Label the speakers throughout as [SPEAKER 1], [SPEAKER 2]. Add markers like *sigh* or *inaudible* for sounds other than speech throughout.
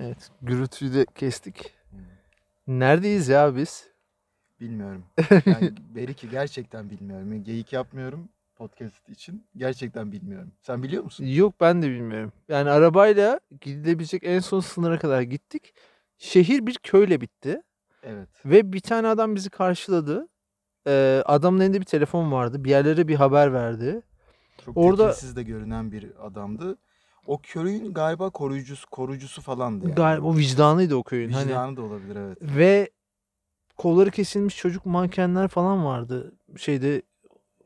[SPEAKER 1] Evet. Gürültüyü de kestik. Neredeyiz ya biz?
[SPEAKER 2] Bilmiyorum. Yani Beriki gerçekten bilmiyorum. Geyik yapmıyorum podcast için. Gerçekten bilmiyorum. Sen biliyor musun?
[SPEAKER 1] Yok ben de bilmiyorum. Yani arabayla gidilebilecek en son sınıra kadar gittik. Şehir bir köyle bitti.
[SPEAKER 2] Evet.
[SPEAKER 1] Ve bir tane adam bizi karşıladı. Ee, adamın elinde bir telefon vardı. Bir yerlere bir haber verdi.
[SPEAKER 2] Çok
[SPEAKER 1] Orada-
[SPEAKER 2] Orada... de görünen bir adamdı. O köyün galiba koruyucusu, korucusu falandı yani.
[SPEAKER 1] Galiba o vicdanıydı o köyün.
[SPEAKER 2] Vicdanı
[SPEAKER 1] Hani.
[SPEAKER 2] da olabilir evet.
[SPEAKER 1] Ve kolları kesilmiş çocuk mankenler falan vardı. Şeyde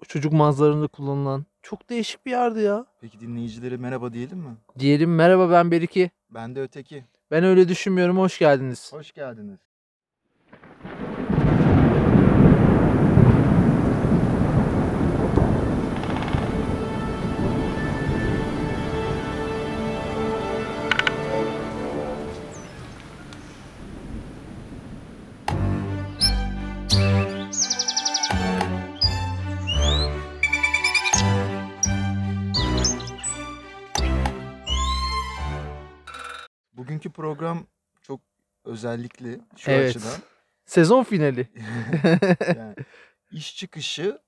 [SPEAKER 1] çocuk mağazalarında kullanılan. Çok değişik bir yerdi ya.
[SPEAKER 2] Peki dinleyicilere merhaba diyelim mi?
[SPEAKER 1] Diyelim merhaba ben Beriki.
[SPEAKER 2] Ben de öteki.
[SPEAKER 1] Ben öyle düşünmüyorum. Hoş geldiniz.
[SPEAKER 2] Hoş geldiniz. Bugünkü program çok özellikli şu
[SPEAKER 1] Evet. *laughs*
[SPEAKER 2] açıdan.
[SPEAKER 1] Sezon finali.
[SPEAKER 2] yani iş çıkışı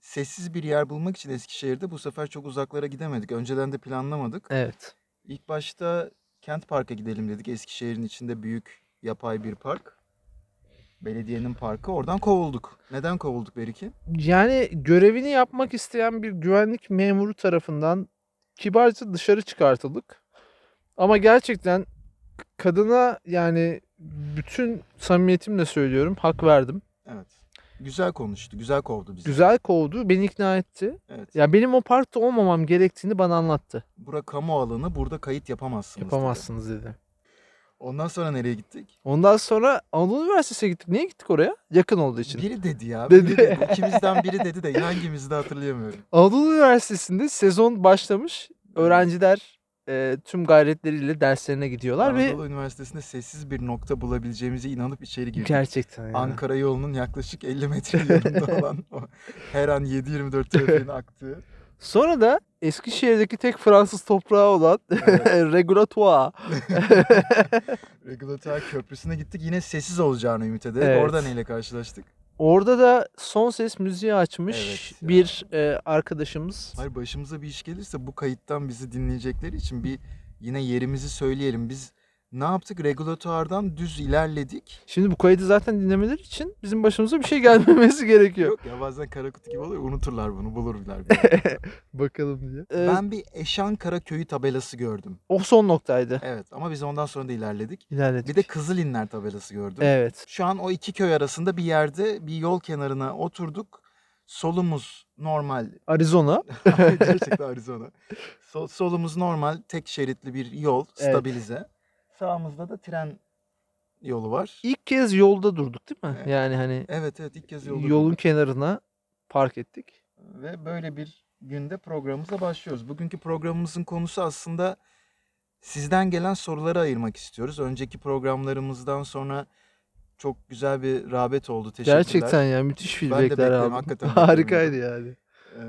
[SPEAKER 2] sessiz bir yer bulmak için Eskişehir'de bu sefer çok uzaklara gidemedik. Önceden de planlamadık.
[SPEAKER 1] Evet.
[SPEAKER 2] İlk başta Kent Park'a gidelim dedik. Eskişehir'in içinde büyük yapay bir park. Belediyenin parkı. Oradan kovulduk. Neden kovulduk Beriki?
[SPEAKER 1] Yani görevini yapmak isteyen bir güvenlik memuru tarafından kibarca dışarı çıkartıldık. Ama gerçekten kadına yani bütün samimiyetimle söylüyorum hak verdim.
[SPEAKER 2] Evet. Güzel konuştu. Güzel kovdu bizi.
[SPEAKER 1] Güzel kovdu, beni ikna etti.
[SPEAKER 2] Evet.
[SPEAKER 1] Ya benim o parkta olmamam gerektiğini bana anlattı.
[SPEAKER 2] Bura kamu alanı. Burada kayıt yapamazsınız. dedi.
[SPEAKER 1] Yapamazsınız dedi.
[SPEAKER 2] Ondan sonra nereye gittik?
[SPEAKER 1] Ondan sonra Anadolu Üniversitesi'ne gittik. Niye gittik oraya? Yakın olduğu için.
[SPEAKER 2] Biri dedi ya.
[SPEAKER 1] Dedi.
[SPEAKER 2] Biri dedi. İkimizden biri dedi de hangimizi de hatırlayamıyorum.
[SPEAKER 1] Anadolu Üniversitesi'nde sezon başlamış. Öğrenciler e, tüm gayretleriyle derslerine gidiyorlar
[SPEAKER 2] Anadolu Üniversitesi'nde sessiz bir nokta bulabileceğimize inanıp içeri
[SPEAKER 1] ve
[SPEAKER 2] girdik.
[SPEAKER 1] gerçekten yani.
[SPEAKER 2] Ankara yolunun yaklaşık 50 metre
[SPEAKER 1] *laughs*
[SPEAKER 2] yanında olan o her an 7-24 trafiğin aktığı.
[SPEAKER 1] Sonra da Eskişehir'deki tek Fransız toprağı olan *laughs* Regulatoire.
[SPEAKER 2] Regulator Köprüsü'ne gittik. Yine sessiz olacağını ümit ederek
[SPEAKER 1] Evet.
[SPEAKER 2] orada neyle karşılaştık?
[SPEAKER 1] Orada da son ses müziği açmış
[SPEAKER 2] Evet ya.
[SPEAKER 1] bir e, arkadaşımız.
[SPEAKER 2] Hayır başımıza bir iş gelirse bu kayıttan bizi dinleyecekleri için bir yine yerimizi söyleyelim. Biz ne yaptık? Regulator'dan düz ilerledik.
[SPEAKER 1] Şimdi bu kaydı zaten dinlemeleri için bizim başımıza bir şey
[SPEAKER 2] *laughs*
[SPEAKER 1] gelmemesi gerekiyor.
[SPEAKER 2] Yok ya bazen kara kutu gibi oluyor. Unuturlar bunu. Bulurlar.
[SPEAKER 1] *laughs* Bakalım diye. E,
[SPEAKER 2] ben bir Eşan Karaköy'ü tabelası gördüm.
[SPEAKER 1] O son noktaydı.
[SPEAKER 2] Evet ama biz ondan sonra da ilerledik.
[SPEAKER 1] İlerledik.
[SPEAKER 2] Bir de Kızılinler tabelası gördüm.
[SPEAKER 1] evet.
[SPEAKER 2] Şu an o iki köy arasında bir yerde bir yol kenarına oturduk. Solumuz
[SPEAKER 1] *laughs*
[SPEAKER 2] normal. *laughs*
[SPEAKER 1] Arizona.
[SPEAKER 2] Gerçekten Arizona. Sol- solumuz normal tek şeritli bir yol
[SPEAKER 1] Evet.
[SPEAKER 2] stabilize. Sağımızda da tren yolu var.
[SPEAKER 1] İlk kez yolda durduk değil mi?
[SPEAKER 2] Evet.
[SPEAKER 1] Yani hani
[SPEAKER 2] Evet evet ilk kez yolda.
[SPEAKER 1] yolun
[SPEAKER 2] durduk.
[SPEAKER 1] kenarına park ettik.
[SPEAKER 2] Ve böyle bir günde programımıza başlıyoruz. Bugünkü programımızın konusu aslında sizden gelen soruları ayırmak istiyoruz. Önceki programlarımızdan sonra çok güzel bir rağbet oldu. Teşekkürler.
[SPEAKER 1] Gerçekten ya müthiş
[SPEAKER 2] de
[SPEAKER 1] feedbackler
[SPEAKER 2] beklerim,
[SPEAKER 1] aldım. *laughs*
[SPEAKER 2] hakikaten
[SPEAKER 1] Harikaydı yani.
[SPEAKER 2] Ee,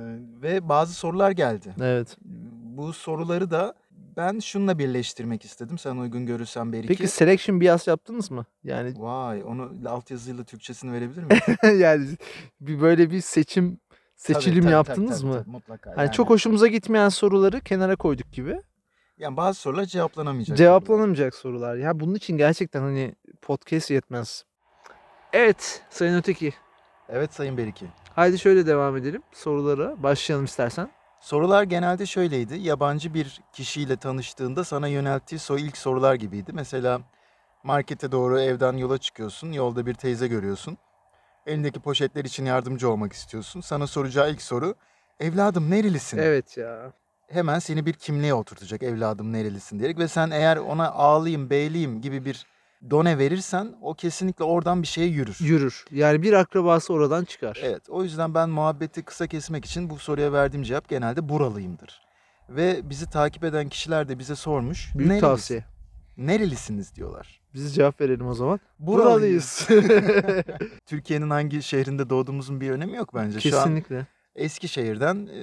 [SPEAKER 2] ve bazı sorular geldi.
[SPEAKER 1] Evet.
[SPEAKER 2] Bu soruları da ben şunla birleştirmek istedim. Sen uygun görürsen belki.
[SPEAKER 1] Peki selection bias yaptınız mı? Yani *laughs*
[SPEAKER 2] Vay onu altyazıyla Türkçesini verebilir miyim? Tabii,
[SPEAKER 1] yani bir böyle bir seçim seçilim
[SPEAKER 2] tabii, tabii,
[SPEAKER 1] yaptınız
[SPEAKER 2] tabii,
[SPEAKER 1] mı?
[SPEAKER 2] tabii, mutlaka.
[SPEAKER 1] Hani çok hoşumuza gitmeyen soruları kenara koyduk gibi.
[SPEAKER 2] Yani bazı sorular cevaplanamayacak. sorular.
[SPEAKER 1] Cevaplanamayacak sorular. Ya bunun için gerçekten hani podcast yetmez. Evet Sayın Öteki.
[SPEAKER 2] Evet Sayın Beriki.
[SPEAKER 1] Haydi şöyle devam edelim. Sorulara başlayalım istersen.
[SPEAKER 2] Sorular genelde şöyleydi. Yabancı bir kişiyle tanıştığında sana yönelttiği so ilk sorular gibiydi. Mesela markete doğru evden yola çıkıyorsun. Yolda bir teyze görüyorsun. Elindeki poşetler için yardımcı olmak istiyorsun. Sana soracağı ilk soru evladım nerelisin?
[SPEAKER 1] Evet ya.
[SPEAKER 2] hemen seni bir kimliğe oturtacak evladım nerelisin diyerek ve sen eğer ona ağlayayım beyliyim gibi bir done verirsen o kesinlikle oradan bir şeye yürür.
[SPEAKER 1] Yürür. Yani bir akrabası oradan çıkar.
[SPEAKER 2] Evet o yüzden ben muhabbeti kısa kesmek için bu soruya verdiğim cevap genelde buralıyımdır. Ve bizi takip eden kişiler de bize sormuş.
[SPEAKER 1] Büyük
[SPEAKER 2] "Nerelisin-
[SPEAKER 1] tavsiye.
[SPEAKER 2] Nerelisiniz diyorlar.
[SPEAKER 1] Biz cevap verelim o zaman.
[SPEAKER 2] Buralıyız.
[SPEAKER 1] *laughs* Buralıyız.
[SPEAKER 2] Türkiye'nin hangi şehrinde doğduğumuzun bir önemi yok bence. Şu an
[SPEAKER 1] Kesinlikle.
[SPEAKER 2] Eskişehir'den e,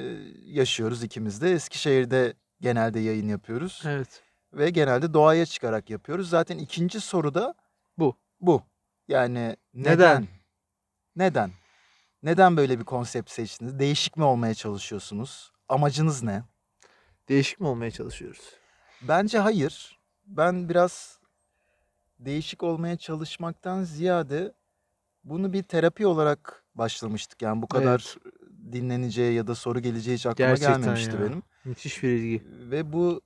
[SPEAKER 2] yaşıyoruz ikimiz de. Eskişehir'de genelde yayın yapıyoruz.
[SPEAKER 1] Evet.
[SPEAKER 2] ve genelde doğaya çıkarak yapıyoruz. Zaten ikinci soruda
[SPEAKER 1] Bu.
[SPEAKER 2] Bu. Yani neden?
[SPEAKER 1] Neden?
[SPEAKER 2] Neden? Neden, böyle bir konsept seçtiniz? Değişik mi olmaya çalışıyorsunuz? Amacınız ne?
[SPEAKER 1] Değişik mi olmaya çalışıyoruz?
[SPEAKER 2] Bence hayır. Ben biraz değişik olmaya çalışmaktan ziyade bunu bir terapi olarak başlamıştık. Yani bu kadar dinleneceği ya da soru geleceği hiç aklıma
[SPEAKER 1] Gerçekten
[SPEAKER 2] gelmemişti
[SPEAKER 1] ya.
[SPEAKER 2] benim.
[SPEAKER 1] Müthiş bir ilgi.
[SPEAKER 2] Ve bu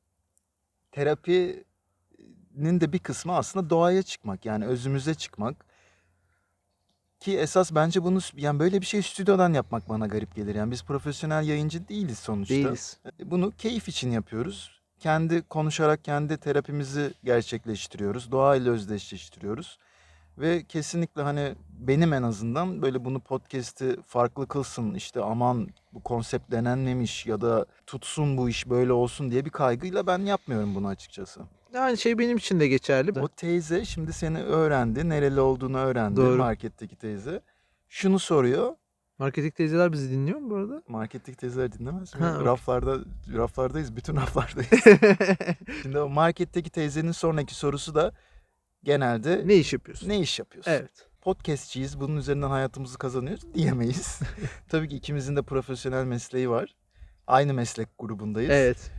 [SPEAKER 2] terapinin de bir kısmı aslında doğaya çıkmak. Yani özümüze çıkmak. Ki esas bence bunu yani böyle bir şey stüdyodan yapmak bana garip gelir. Yani biz profesyonel yayıncı değiliz sonuçta.
[SPEAKER 1] Değiliz.
[SPEAKER 2] Bunu keyif için yapıyoruz. Kendi konuşarak kendi terapimizi gerçekleştiriyoruz. Doğayla özdeşleştiriyoruz. Ve kesinlikle hani benim en azından böyle bunu podcast'i farklı kılsın işte aman bu konsept denenmemiş ya da tutsun bu iş böyle olsun diye bir kaygıyla ben yapmıyorum bunu açıkçası.
[SPEAKER 1] Yani şey benim için de geçerli.
[SPEAKER 2] O teyze şimdi seni öğrendi, nereli olduğunu öğrendi
[SPEAKER 1] Doğru.
[SPEAKER 2] marketteki teyze. Şunu soruyor.
[SPEAKER 1] Marketing teyzeler bizi dinliyor mu bu *laughs* arada?
[SPEAKER 2] Marketteki teyzeler dinlemez mi?
[SPEAKER 1] Ha, okey.
[SPEAKER 2] Raflarda raflardayız, bütün raflardayız. Şimdi o marketteki teyzenin sonraki sorusu da genelde ne,
[SPEAKER 1] ne iş yapıyorsun?
[SPEAKER 2] iş yapıyorsun?
[SPEAKER 1] Evet.
[SPEAKER 2] Podcastçiyiz, bunun üzerinden hayatımızı
[SPEAKER 1] *laughs*
[SPEAKER 2] kazanıyoruz *laughs* diyemeyiz. Tabii ki ikimizin de profesyonel mesleği var. Aynı meslek grubundayız.
[SPEAKER 1] Evet.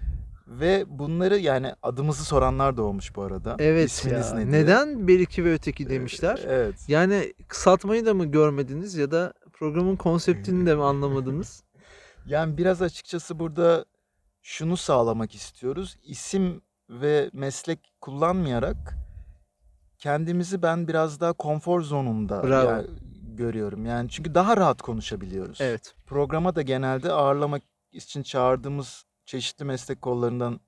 [SPEAKER 2] Ve bunları yani adımızı soranlar da olmuş bu arada.
[SPEAKER 1] Evet
[SPEAKER 2] İsminiz
[SPEAKER 1] ya.
[SPEAKER 2] ne diye.
[SPEAKER 1] Neden bir iki ve öteki demişler?
[SPEAKER 2] Ee, Evet.
[SPEAKER 1] Yani kısaltmayı da mı görmediniz ya da programın konseptini *laughs* de mi anlamadınız?
[SPEAKER 2] Yani biraz açıkçası burada şunu sağlamak istiyoruz. İsim ve meslek kullanmayarak kendimizi ben biraz daha konfor zonunda
[SPEAKER 1] Bravo.
[SPEAKER 2] ya- görüyorum. Yani çünkü daha rahat konuşabiliyoruz.
[SPEAKER 1] Evet.
[SPEAKER 2] Programa da genelde ağırlamak için çağırdığımız çeşitli meslek kollarından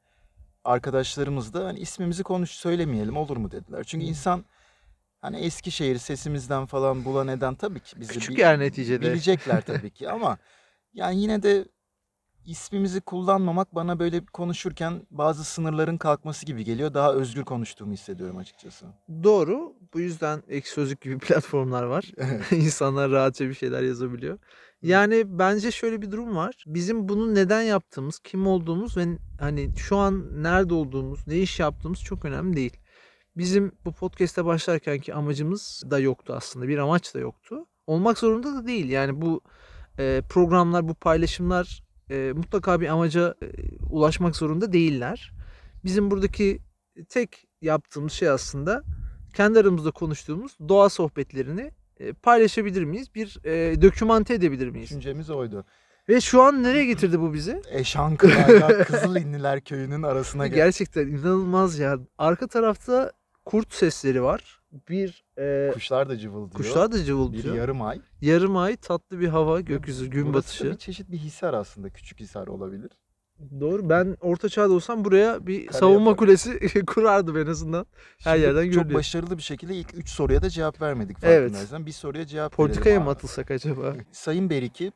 [SPEAKER 2] arkadaşlarımız da hani ismimizi konuş söylemeyelim olur mu dediler. Çünkü
[SPEAKER 1] Hmm.
[SPEAKER 2] insan hani Eskişehir sesimizden falan bulan eden tabii ki bizi
[SPEAKER 1] Küçük
[SPEAKER 2] bil-
[SPEAKER 1] yer neticede. *laughs*
[SPEAKER 2] bilecekler tabii ki ama yani yine de ismimizi kullanmamak bana böyle konuşurken bazı sınırların kalkması gibi geliyor. Daha özgür konuştuğumu hissediyorum açıkçası.
[SPEAKER 1] Doğru. Bu yüzden ek sözlük gibi *laughs* platformlar var. *laughs* İnsanlar rahatça bir şeyler yazabiliyor. Yani bence şöyle bir durum var. Bizim bunu neden yaptığımız, kim olduğumuz ve hani şu an nerede olduğumuz, ne iş yaptığımız çok önemli değil. Bizim bu podcast'e başlarkenki amacımız da yoktu aslında. Bir amaç da yoktu. Olmak zorunda da değil. Yani bu e, programlar, bu paylaşımlar e, mutlaka bir amaca e, ulaşmak zorunda değiller. Bizim buradaki tek yaptığımız şey aslında kendi aramızda konuştuğumuz doğa sohbetlerini e, paylaşabilir miyiz? Bir e, dokümante edebilir miyiz?
[SPEAKER 2] Düşüncemiz oydu.
[SPEAKER 1] Ve şu an nereye getirdi bu bizi? *laughs*
[SPEAKER 2] Eşankılar'da Kızılinliler köyünün arasına gel.
[SPEAKER 1] Gerçekten inanılmaz ya. Arka tarafta kurt sesleri var. Bir e,
[SPEAKER 2] Kuşlar da cıvıldıyor.
[SPEAKER 1] kuşlar da
[SPEAKER 2] Biri
[SPEAKER 1] cıvıldıyor.
[SPEAKER 2] yarım ay.
[SPEAKER 1] Yarım ay tatlı bir hava, gökyüzü, gün
[SPEAKER 2] Burası da
[SPEAKER 1] batışı.
[SPEAKER 2] bir çeşit bir hisar aslında. Küçük hisar olabilir.
[SPEAKER 1] Doğru. Ben orta çağda olsam buraya bir
[SPEAKER 2] Kale
[SPEAKER 1] savunma
[SPEAKER 2] yaparım.
[SPEAKER 1] kulesi *laughs* kurardım en azından. Her
[SPEAKER 2] Şimdi
[SPEAKER 1] yerden
[SPEAKER 2] Çok
[SPEAKER 1] görülüyor.
[SPEAKER 2] başarılı bir şekilde ilk üç soruya da cevap vermedik
[SPEAKER 1] Evet.
[SPEAKER 2] farkındaysan. Bir soruya cevap
[SPEAKER 1] Politikaya
[SPEAKER 2] verelim
[SPEAKER 1] mı
[SPEAKER 2] abi.
[SPEAKER 1] atılsak
[SPEAKER 2] *laughs*
[SPEAKER 1] acaba?
[SPEAKER 2] Sayın Beriki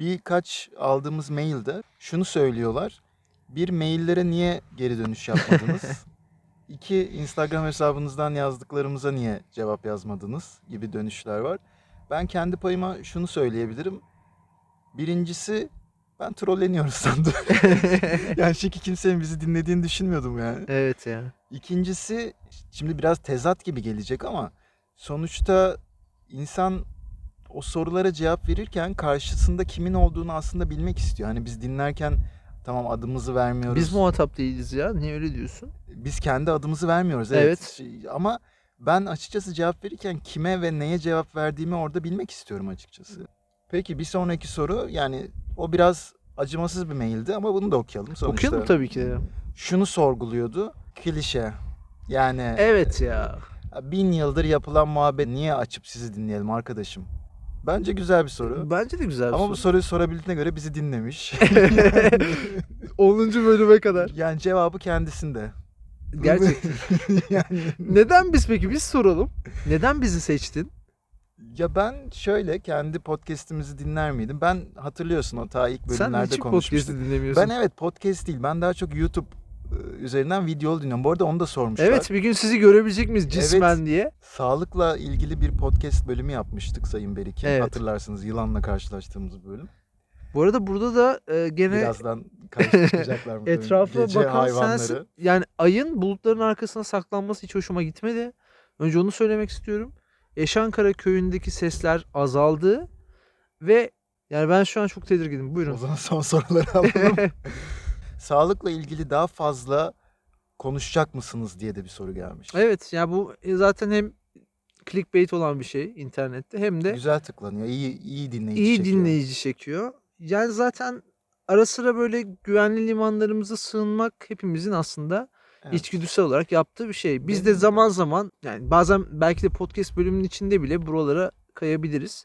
[SPEAKER 2] birkaç aldığımız mailde şunu söylüyorlar. Bir maillere niye geri
[SPEAKER 1] *laughs*
[SPEAKER 2] dönüş yapmadınız? İki Instagram hesabınızdan yazdıklarımıza niye cevap yazmadınız gibi dönüşler var. Ben kendi payıma şunu söyleyebilirim. Birincisi ben trolleniyoruz *laughs* sandım. yani çünkü kimsenin bizi dinlediğini düşünmüyordum yani.
[SPEAKER 1] evet ya.
[SPEAKER 2] İkincisi şimdi biraz tezat gibi gelecek ama sonuçta insan o sorulara cevap verirken karşısında kimin olduğunu aslında bilmek istiyor. Hani biz dinlerken tamam adımızı vermiyoruz.
[SPEAKER 1] Biz muhatap değiliz ya. Niye öyle diyorsun?
[SPEAKER 2] Biz kendi adımızı vermiyoruz. Evet.
[SPEAKER 1] Evet.
[SPEAKER 2] Şey- Ama ben açıkçası cevap verirken kime ve neye cevap verdiğimi orada bilmek istiyorum açıkçası. Peki bir sonraki soru yani o biraz acımasız bir maildi ama bunu da okuyalım sonuçta.
[SPEAKER 1] Okuyalım tabii ki de.
[SPEAKER 2] Şunu sorguluyordu. Klişe. Yani
[SPEAKER 1] Evet ya.
[SPEAKER 2] Bin yıldır yapılan muhabbet niye açıp sizi dinleyelim arkadaşım? Bence güzel bir soru.
[SPEAKER 1] Bence de güzel bir
[SPEAKER 2] Ama bu *laughs*
[SPEAKER 1] soru.
[SPEAKER 2] soruyu sorabildiğine göre
[SPEAKER 1] *laughs*
[SPEAKER 2] bizi dinlemiş.
[SPEAKER 1] 10. bölüme kadar.
[SPEAKER 2] yani cevabı kendisinde.
[SPEAKER 1] Gerçekten.
[SPEAKER 2] *laughs* yani
[SPEAKER 1] Neden biz peki? Biz soralım. Neden bizi seçtin?
[SPEAKER 2] ya ben şöyle kendi podcast'imizi dinler miydim? Ben hatırlıyorsun o ta ilk
[SPEAKER 1] Sen
[SPEAKER 2] bölümlerde
[SPEAKER 1] hiç
[SPEAKER 2] konuşmuştuk.
[SPEAKER 1] podcast'i dinlemiyorsun.
[SPEAKER 2] Ben evet podcast değil. Ben daha çok YouTube e, üzerinden videolu dinliyorum. Bu arada onu da sormuşlar.
[SPEAKER 1] evet bir gün sizi görebilecek miyiz cismen diye.
[SPEAKER 2] Sağlıkla ilgili bir podcast bölümü yapmıştık Sayın Berik'in.
[SPEAKER 1] Evet.
[SPEAKER 2] Hatırlarsınız yılanla karşılaştığımız bölüm.
[SPEAKER 1] Bu arada burada da e, gene
[SPEAKER 2] Birazdan
[SPEAKER 1] *laughs*
[SPEAKER 2] karşılaşacaklar mı?
[SPEAKER 1] etrafa bakan sensin. Yani ayın bulutların arkasına saklanması hiç hoşuma gitmedi. Önce onu söylemek istiyorum. Eşankara köyündeki sesler azaldı ve yani ben şu an çok tedirginim.
[SPEAKER 2] O
[SPEAKER 1] Buyurun.
[SPEAKER 2] zaman son soruları alalım.
[SPEAKER 1] *laughs*
[SPEAKER 2] Sağlıkla ilgili daha fazla konuşacak mısınız diye de bir soru gelmiş.
[SPEAKER 1] evet ya bu e, zaten hem clickbait olan bir şey internette hem de
[SPEAKER 2] Güzel tıklanıyor. İyi iyi dinleyici
[SPEAKER 1] iyi
[SPEAKER 2] çekiyor.
[SPEAKER 1] dinleyici çekiyor. Yani zaten ara sıra böyle güvenli limanlarımıza sığınmak hepimizin aslında
[SPEAKER 2] Evet.
[SPEAKER 1] içgüdüsel olarak yaptığı bir şey. Biz de
[SPEAKER 2] Benim de.
[SPEAKER 1] zaman zaman yani bazen belki de podcast bölümünün içinde bile buralara kayabiliriz.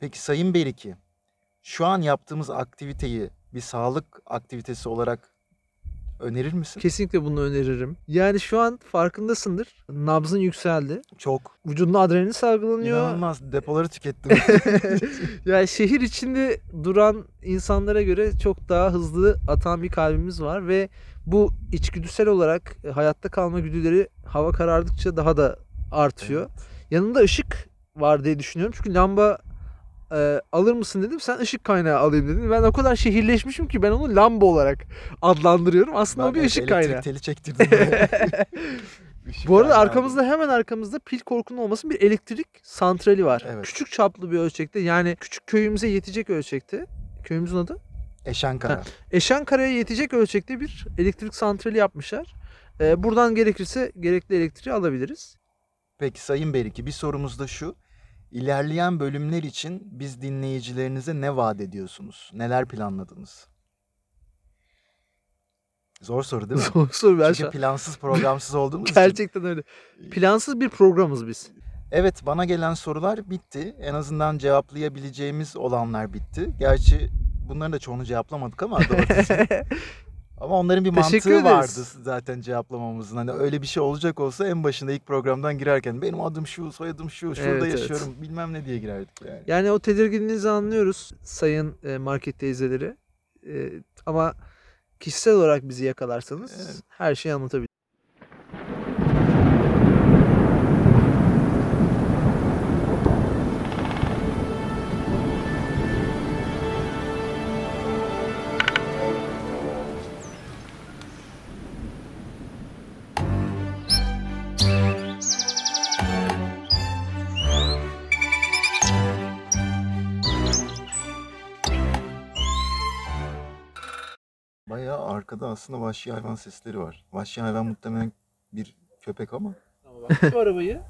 [SPEAKER 2] Peki Sayın Beriki, şu an yaptığımız aktiviteyi bir sağlık aktivitesi olarak önerir misin?
[SPEAKER 1] Kesinlikle bunu öneririm. Yani şu an farkındasındır. Nabzın yükseldi.
[SPEAKER 2] Çok.
[SPEAKER 1] Vücudunda adrenalin salgılanıyor.
[SPEAKER 2] İnanılmaz depoları tükettim.
[SPEAKER 1] *laughs* yani şehir içinde duran insanlara göre çok daha hızlı atan bir kalbimiz var ve bu içgüdüsel olarak e, hayatta kalma güdüleri hava karardıkça daha da artıyor. Yanında ışık var diye düşünüyorum. Çünkü lamba e, alır mısın dedim. Sen ışık kaynağı alayım dedin. Ben o kadar şehirleşmişim ki ben onu lamba olarak adlandırıyorum. Aslında
[SPEAKER 2] Ben
[SPEAKER 1] o bir
[SPEAKER 2] evet,
[SPEAKER 1] ışık
[SPEAKER 2] elektrik
[SPEAKER 1] kaynağı. *laughs*
[SPEAKER 2] teli çektirdim. böyle. Işık
[SPEAKER 1] Bu arada
[SPEAKER 2] kaynağı.
[SPEAKER 1] arkamızda hemen arkamızda pil korkunun olmasın bir elektrik santrali var.
[SPEAKER 2] Evet.
[SPEAKER 1] Küçük çaplı bir ölçekte yani küçük köyümüze yetecek ölçekte. Köyümüzün adı?
[SPEAKER 2] Eşankara.
[SPEAKER 1] Eşenkara'ya yetecek ölçekte bir elektrik santrali yapmışlar. E, buradan gerekirse gerekli elektriği alabiliriz. *laughs*
[SPEAKER 2] Peki Sayın Beriki bir sorumuz da şu. İlerleyen bölümler için biz dinleyicilerinize ne vaat ediyorsunuz? Neler planladınız? Zor soru değil mi?
[SPEAKER 1] *laughs* Zor soru ben şu
[SPEAKER 2] Çünkü
[SPEAKER 1] an-
[SPEAKER 2] plansız
[SPEAKER 1] *laughs*
[SPEAKER 2] programsız olduğumuz için.
[SPEAKER 1] Gerçekten öyle. Plansız bir programız
[SPEAKER 2] *laughs*
[SPEAKER 1] biz.
[SPEAKER 2] Evet bana gelen sorular bitti. En azından cevaplayabileceğimiz olanlar bitti. Gerçi bunların da çoğunu cevaplamadık ama
[SPEAKER 1] *laughs*
[SPEAKER 2] doğrusu. Ama onların bir mantığı
[SPEAKER 1] Teşekkür ederiz.
[SPEAKER 2] vardı zaten cevaplamamızın. Hani öyle bir şey olacak olsa en başında ilk programdan girerken benim adım şu, soyadım şu, şurada
[SPEAKER 1] Evet, evet.
[SPEAKER 2] yaşıyorum bilmem ne diye girerdik yani.
[SPEAKER 1] Yani o tedirginliğinizi anlıyoruz sayın e, market teyzeleri. E, ama kişisel olarak bizi yakalarsanız
[SPEAKER 2] Evet.
[SPEAKER 1] her şeyi anlatabiliriz.
[SPEAKER 2] Bayağı arkada aslında vahşi hayvan sesleri var. Vahşi hayvan muhtemelen bir köpek ama.
[SPEAKER 1] Ama bak şu arabayı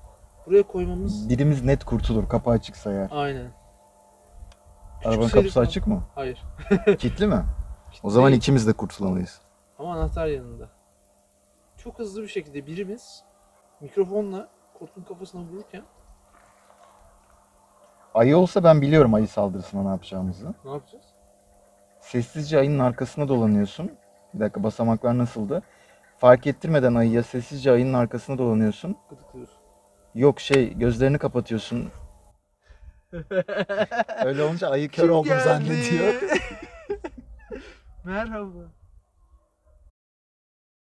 [SPEAKER 1] buraya koymamız
[SPEAKER 2] Birimiz net kurtulur kapağı açıksa eğer.
[SPEAKER 1] aynen.
[SPEAKER 2] Arabanın
[SPEAKER 1] seyirci
[SPEAKER 2] kapısı
[SPEAKER 1] falan.
[SPEAKER 2] açık mı?
[SPEAKER 1] Hayır.
[SPEAKER 2] Kilitli mi? O zaman ikimiz de kurtulamayız.
[SPEAKER 1] Ama anahtar yanında. Çok hızlı bir şekilde birimiz mikrofonla kurtun kafasına vururken
[SPEAKER 2] Ayı olsa ben biliyorum ayı saldırısına ne yapacağımızı.
[SPEAKER 1] ne yapacağız?
[SPEAKER 2] Sessizce ayının arkasına dolanıyorsun. Bir dakika basamaklar nasıldı? Fark ettirmeden ayıya sessizce ayının arkasına dolanıyorsun.
[SPEAKER 1] Gıdıklıyoruz.
[SPEAKER 2] Yok şey gözlerini kapatıyorsun. *laughs* Öyle olunca ayı kör oldum zannediyor.
[SPEAKER 1] *laughs* Merhaba.